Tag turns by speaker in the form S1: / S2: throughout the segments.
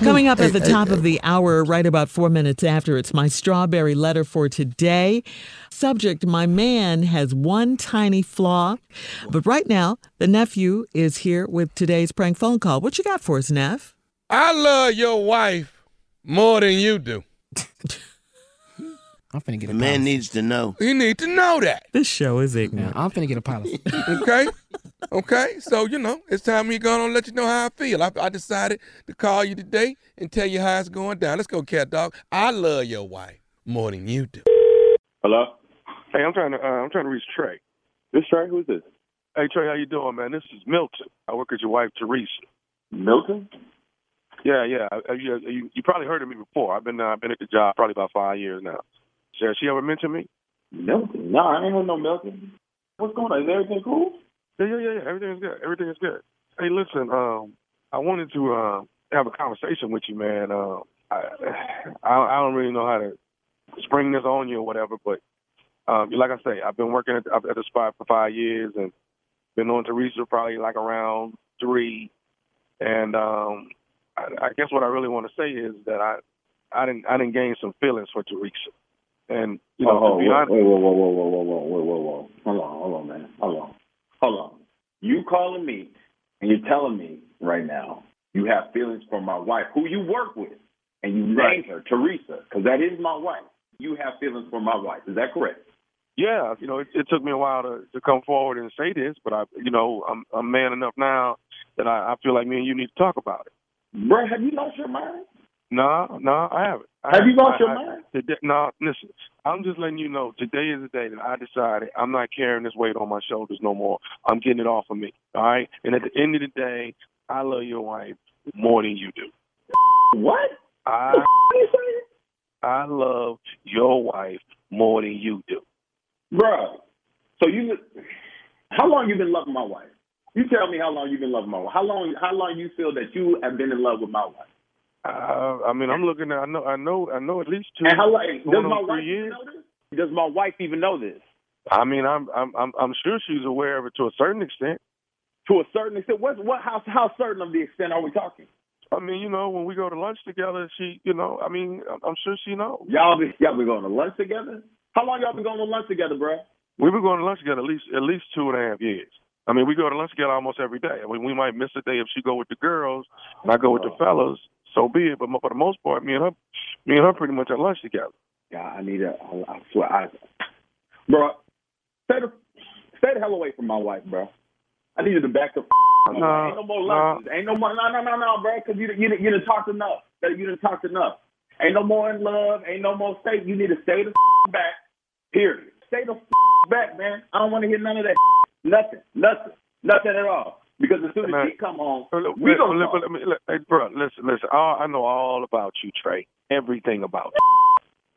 S1: Coming up at the top of the hour, right about four minutes after, it's my strawberry letter for today. Subject My man has one tiny flaw. But right now, the nephew is here with today's prank phone call. What you got for us, Neff?
S2: I love your wife more than you do.
S3: I'm finna get a
S4: The man
S3: policy.
S4: needs to know.
S2: He need to know that.
S1: This show is ignorant.
S3: Yeah, I'm finna get a policy.
S2: Okay? okay? So, you know, it's time he gonna let you know how I feel. I, I decided to call you today and tell you how it's going down. Let's go, cat dog. I love your wife more than you do.
S5: Hello?
S6: Hey, I'm trying to uh, I'm trying to reach Trey.
S5: This Trey? Who's this?
S6: Hey Trey, how you doing, man? This is Milton. I work with your wife, Teresa.
S5: Milton?
S6: Yeah, yeah. Uh, You, you, you probably heard of me before. I've been uh, I've been at the job probably about five years now. So has she ever mentioned me?
S5: Milton? No, I ain't heard no Milton. What's going on? Is everything cool?
S6: Yeah, yeah, yeah, yeah. Everything's good. Everything is good. Hey, listen. Um, I wanted to uh, have a conversation with you, man. Uh, I, I I don't really know how to spring this on you or whatever, but um, like I say, I've been working at, at the spot for five years and been on Teresa probably like around three. And um, I, I guess what I really want to say is that I I didn't I didn't gain some feelings for Teresa, and you know
S5: oh,
S6: to be
S5: whoa,
S6: honest.
S5: wait, whoa, whoa, whoa, whoa, whoa, whoa, whoa, whoa, whoa. Hold on, hold on, man. Hold on. Hold on. You calling me and you're telling me right now you have feelings for my wife, who you work with, and you
S6: Right.
S5: named her Teresa, because that is my wife. You have feelings for my wife. Is that correct?
S6: yeah, you know, it, it took me a while to, to come forward and say this, but I, you know, I'm, I'm man enough now that I, I feel like me and you need to talk about it.
S5: Bro, have you lost your mind?
S6: No, no, I haven't. I
S5: Have you
S6: haven't.
S5: lost
S6: I-
S5: your
S6: I-
S5: mind?
S6: Today, no, listen. I'm just letting you know. Today is the day that I decided I'm not carrying this weight on my shoulders no more. I'm getting it off of me. All right. And at the end of the day, I love your wife more than you do.
S5: What?
S6: I
S5: What are you saying?
S6: I love your wife more than you do.
S5: Bruh, so you, how long you been loving my wife? You tell me how long you been loving my wife. How long, how long you feel that you have been in love with my wife?
S6: Uh, I mean, I'm looking at. I know. I know. I know at least two.
S5: And how long, does
S6: going
S5: my
S6: on
S5: wife
S6: three years.
S5: even know this? Does my wife even know this?
S6: I mean, I'm I'm I'm I'm sure she's aware of it to a certain extent.
S5: To a certain extent, what, what, how, how certain of the extent are we talking?
S6: I mean, you know, when we go to lunch together, she, you know, I mean, I'm- I'm sure she knows.
S5: Y'all been, y'all been going to lunch together? How long y'all been going to lunch together, bruh?
S6: We've been going to lunch together at least at least two and a half years. I mean, we go to lunch together almost every day. I mean, we might miss a day if she go with the girls and I go with the fellas. So be it. But mo- for the most part, me and her, me and her pretty much at lunch together.
S5: Yeah, I need a, I, I swear, I, bruh, stay the, stay the hell away from my wife, bruh. I need you to back the f- up.
S6: No,
S5: ain't no more
S6: no.
S5: lunches. Ain't no more. No, no, no, no, bro. Because you, done- you, done- you done talked enough. That You done talked enough. Ain't no more in love. Ain't no more state. You need to stay the f- back. Period. Stay the f- back, man. I don't want to hear none of that. Nothing. Nothing. Nothing at all. Because as soon as
S6: Man.
S5: she come home,
S6: Hey, look,
S5: we
S6: look,
S5: gonna
S6: look,
S5: talk.
S6: look, look, look, hey, bro, listen, listen. I, I know all about you, Trey. Everything about you.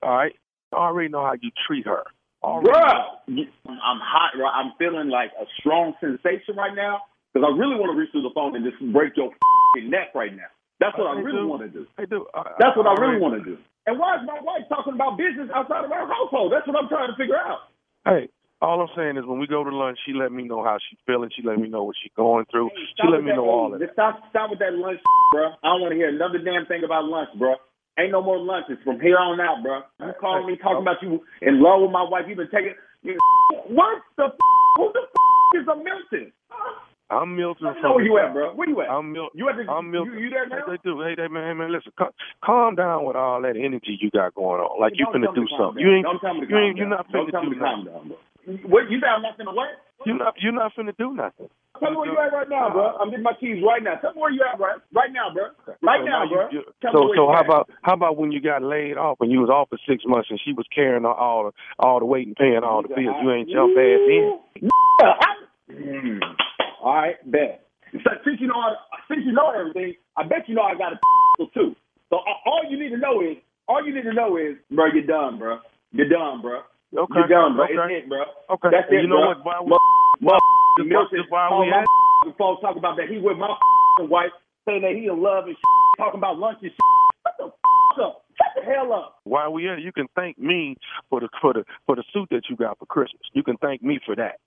S6: All right? I already know how you treat her. Already
S5: Bruh, you- I'm hot, bro. I'm feeling like a strong sensation right now because I really want to reach through the phone and just break your f***ing neck right now. That's what I
S6: Hey,
S5: really
S6: dude.
S5: want to do.
S6: Hey, dude, I,
S5: That's what I really
S6: already-
S5: want to do. And why is my wife talking about business outside of our household? That's what I'm trying to figure out.
S6: Hey, all I'm saying is when we go to lunch, she let me know how she's feeling. She let me know what she's going through.
S5: Hey,
S6: she
S5: stop
S6: let
S5: with
S6: me
S5: that-
S6: know all of that.
S5: just Stop, stop with that lunch, bro. I don't want to hear another damn thing about lunch, bro. Ain't no more lunches from here on out, bro. You calling me
S6: oh.
S5: talking about you in love with my wife? You been taking you, what the? F- who the f- is a Milton?
S6: I'm Milton.
S5: I don't
S6: from
S5: know where
S6: the
S5: you at,
S6: South.
S5: bro. Where you at?
S6: I'm Milton.
S5: You at the-
S6: I'm Milton.
S5: you- you there
S6: Hey,
S5: now?
S6: they do. Hey, they, man, hey, man, listen, cal- calm down with all that energy you got going on. Like you
S5: Don't tell
S6: finna
S5: me
S6: do
S5: to calm
S6: something.
S5: down.
S6: You ain't.
S5: Don't tell me to
S6: you ain't. You're
S5: calm down.
S6: not
S5: Don't
S6: finna
S5: tell me
S6: do
S5: to
S6: nothing.
S5: calm down, bro. What? You found nothing to what?
S6: You're not. You're not finna do nothing.
S5: Tell me where you at right now, bro. I'm getting my keys right now. Tell me where you at right, right now, bro. Right
S6: So
S5: now,
S6: you-
S5: bro.
S6: you-
S5: Tell me
S6: so
S5: where
S6: so
S5: you
S6: how
S5: at.
S6: about how about when you got laid off and you was off for six months and she was carrying all- all the all the weight and paying all the bills? You ain't jump ass in.
S5: Yeah, I- Mm. All right, bet. So since you know how since you know everything, I bet you know I got a too. So a- all you need to know is all you need to know is, bro, you're done, bro. You're done, bro.
S6: Okay.
S5: You're done, bro.
S6: Okay.
S5: It's it, bro.
S6: Okay.
S5: That's
S6: And
S5: it,
S6: you know
S5: bro.
S6: what? Why we-
S5: Mother-
S6: That's why-
S5: Milton
S6: that's why
S5: called
S6: we
S5: my
S6: had-
S5: f***ing folks talking about that he with my f***ing wife, saying that he in love and shit, talking about lunch and shit. Shut the f- up. Shut the hell up.
S6: While we at it, you can thank me for the for the for the suit that you got for Christmas. You can thank me for that.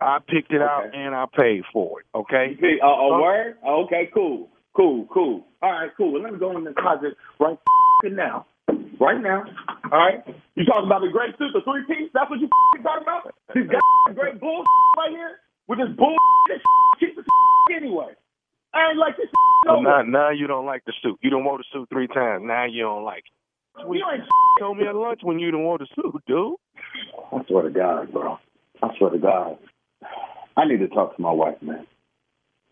S6: I picked it out
S5: Okay.
S6: and I paid for it. Okay.
S5: You see, uh, a
S6: Huh?
S5: word? Okay, cool. Cool, cool. All right, cool. Well, let me go in the closet right now. Right now. All right? You talking about the great suit, the three piece? That's what you talking about? This goddamn great bull right here? With this bull this cheap as anyway. I ain't like this no
S6: So now,
S5: more.
S6: now you don't like the suit. You don't wore the suit three times. Now you don't like it. Sweet.
S5: You ain't
S6: You told me at lunch when you didn't wore the suit, dude.
S5: I swear to God, bro. I swear to God. I need to talk to my wife, man.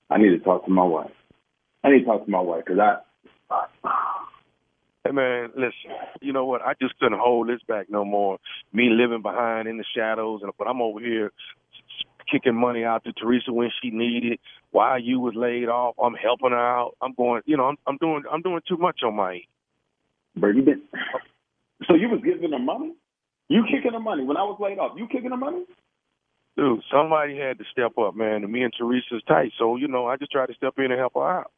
S5: I need to talk to my wife. I need to talk to my wife because I.
S6: Hey man, listen. You know what? I just couldn't hold this back no more. Me living behind in the shadows, and but I'm over here kicking money out to Teresa when she needed. While you was laid off, I'm helping her out. I'm going. You know, I'm, I'm doing. I'm doing too much on my. end.
S5: Bro, you been. So you was giving her money? You kicking her money when I was laid off? You kicking her money?
S6: Dude, somebody had to step up, man. And me and Teresa's tight, so you know, I just try to step in and help her out.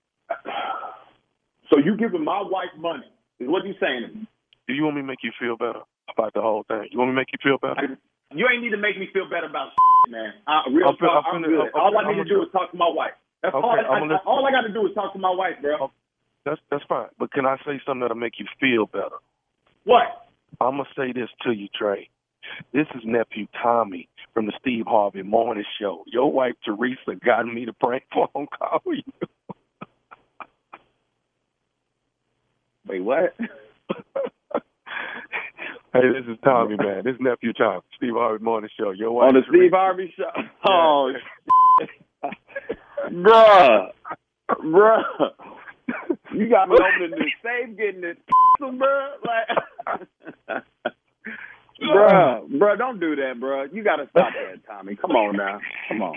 S5: So you giving my wife money? Is what you saying to me?
S6: Do you want me to make you feel better about the whole thing? You want me to make you feel better?
S5: I- you ain't need to make me feel bad about shit, man. I, real
S6: I'm fin-
S5: talk,
S6: I'm
S5: I'm
S6: finna-
S5: good.
S6: I'm- I'm-
S5: all I
S6: I'm
S5: need to
S6: gonna-
S5: do is talk to my wife. That's
S6: Okay,
S5: all. I,
S6: I'm gonna
S5: I,
S6: listen.
S5: all I got to do is talk to my wife, bro.
S6: Okay. That's that's fine. But can I say something that'll make you feel better?
S5: What?
S6: I'm gonna say this to you, Trey. This is nephew Tommy from the Steve Harvey Morning Show. Your wife Teresa got me to prank phone call you.
S5: Wait, what?
S6: hey, this is Tommy, man. This is nephew Tommy, Steve Harvey Morning Show. Your wife
S5: On the
S6: Teresa.
S5: Steve Harvey show. Oh, bruh, bruh, you got me opening this safe, getting this, bruh. Like, bruh, bruh, don't do that, bruh. You gotta stop that, Tommy. Come on now, come on.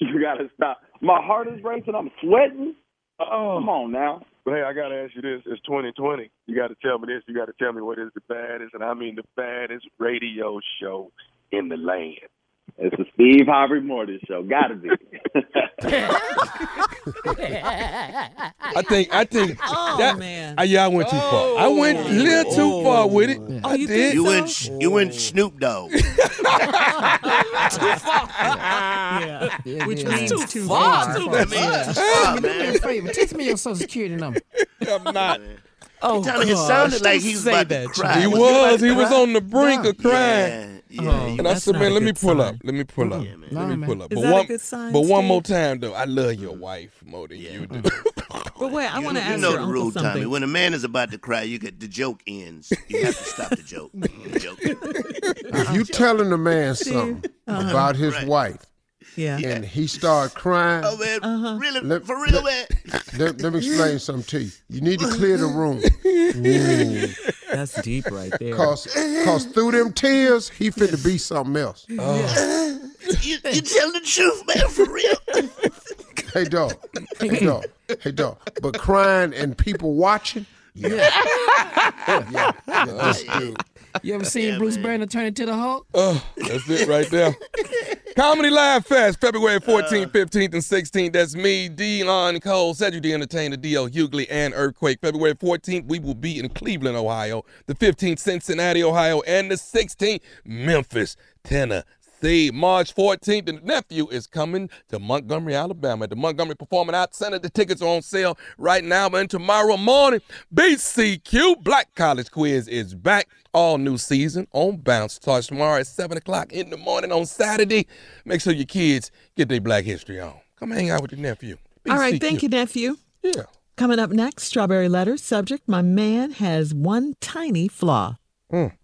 S5: You gotta stop. My heart is racing. I'm sweating. Come
S6: Oh,
S5: on now.
S6: but hey, I gotta ask you this. It's 2020. You gotta tell me this. You gotta tell me what is the baddest, and I mean the baddest radio show in the land.
S5: It's the Steve Harvey Morning Show. Gotta be.
S2: I think I think
S1: Oh,
S2: that
S1: man.
S2: I, yeah, I went too far. I went
S3: Oh.
S2: a little too far with it. I
S1: you
S2: did.
S1: think
S3: You
S1: so?
S3: and Sh- you and Snoop Dogg.
S4: Yeah.
S1: Which
S4: yeah.
S1: means
S4: Too
S1: too
S3: Far
S1: far.
S3: too I mean,
S4: Hey,
S3: stop,
S4: do me
S3: man.
S4: a favor. Text me your social security number.
S2: I'm not.
S1: Oh,
S3: Tell me, it
S1: gosh,
S3: sounded like he
S1: don't
S3: was
S1: say
S3: about
S1: that,
S3: to
S1: Jimmy.
S3: cry.
S2: He
S3: he about
S2: was.
S3: to
S2: He was
S3: cry?
S2: on the brink of crying.
S3: Yeah, yeah.
S1: Oh.
S3: you-
S2: And I
S1: That's
S2: said,
S1: not
S2: man,
S1: a
S2: let me
S1: good
S2: pull up.
S1: sign.
S2: Let me pull up.
S3: Yeah, man.
S4: Nah,
S2: Let me
S4: man.
S2: pull up.
S1: Is
S2: But
S1: that a
S2: one,
S1: good sign,
S2: but one
S1: Steve? Mm.
S2: more time though. I love your wife more than you do.
S1: But wait, I
S3: You-
S1: want to
S3: you
S1: ask
S3: know
S1: your
S3: the
S1: uncle
S3: rule,
S1: something.
S3: Tommy. When a man is about to cry, you get the joke ends. You have to stop the joke. The joke.
S7: If you telling a man something about his
S3: Right.
S7: wife
S1: yeah.
S7: and he start crying,
S3: Oh man,
S1: Uh-huh.
S3: really?
S7: Let-
S3: for real,
S7: let-
S3: man?
S7: let, let me explain something to you. You need to clear the room.
S1: That's deep right there.
S7: Cause, cause through them tears, he finna be something else.
S3: You, you tell the truth, man. For real.
S7: Hey dog. Hey dog. Hey dog. But crying and people watching,
S4: You ever seen Bruce Banner turn into the Hulk?
S2: That's it right there. Comedy Live Fest,
S1: Uh.
S2: February 14th, 15th, and 16th. That's me, Delon Cole, Cedric the Entertainer, D.O. Hughley, and Earthquake. February 14th, we will be in Cleveland, Ohio. The 15th, Cincinnati, Ohio. And the 16th, Memphis, Tennessee. March 14th, the nephew is coming to Montgomery, Alabama. At the Montgomery Performing Arts Center, the tickets are on sale right now. And tomorrow morning, BCQ Black College Quiz is back. All new season on Bounce starts tomorrow at 7 o'clock in the morning on Saturday. Make sure your kids get their black history on. Come hang out with your nephew.
S1: All right,
S2: BCQ.
S1: thank you, nephew.
S2: Yeah.
S1: Coming up next, Strawberry Letter. Subject My man has one tiny flaw. Mm,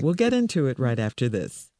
S1: we'll get into it right after this.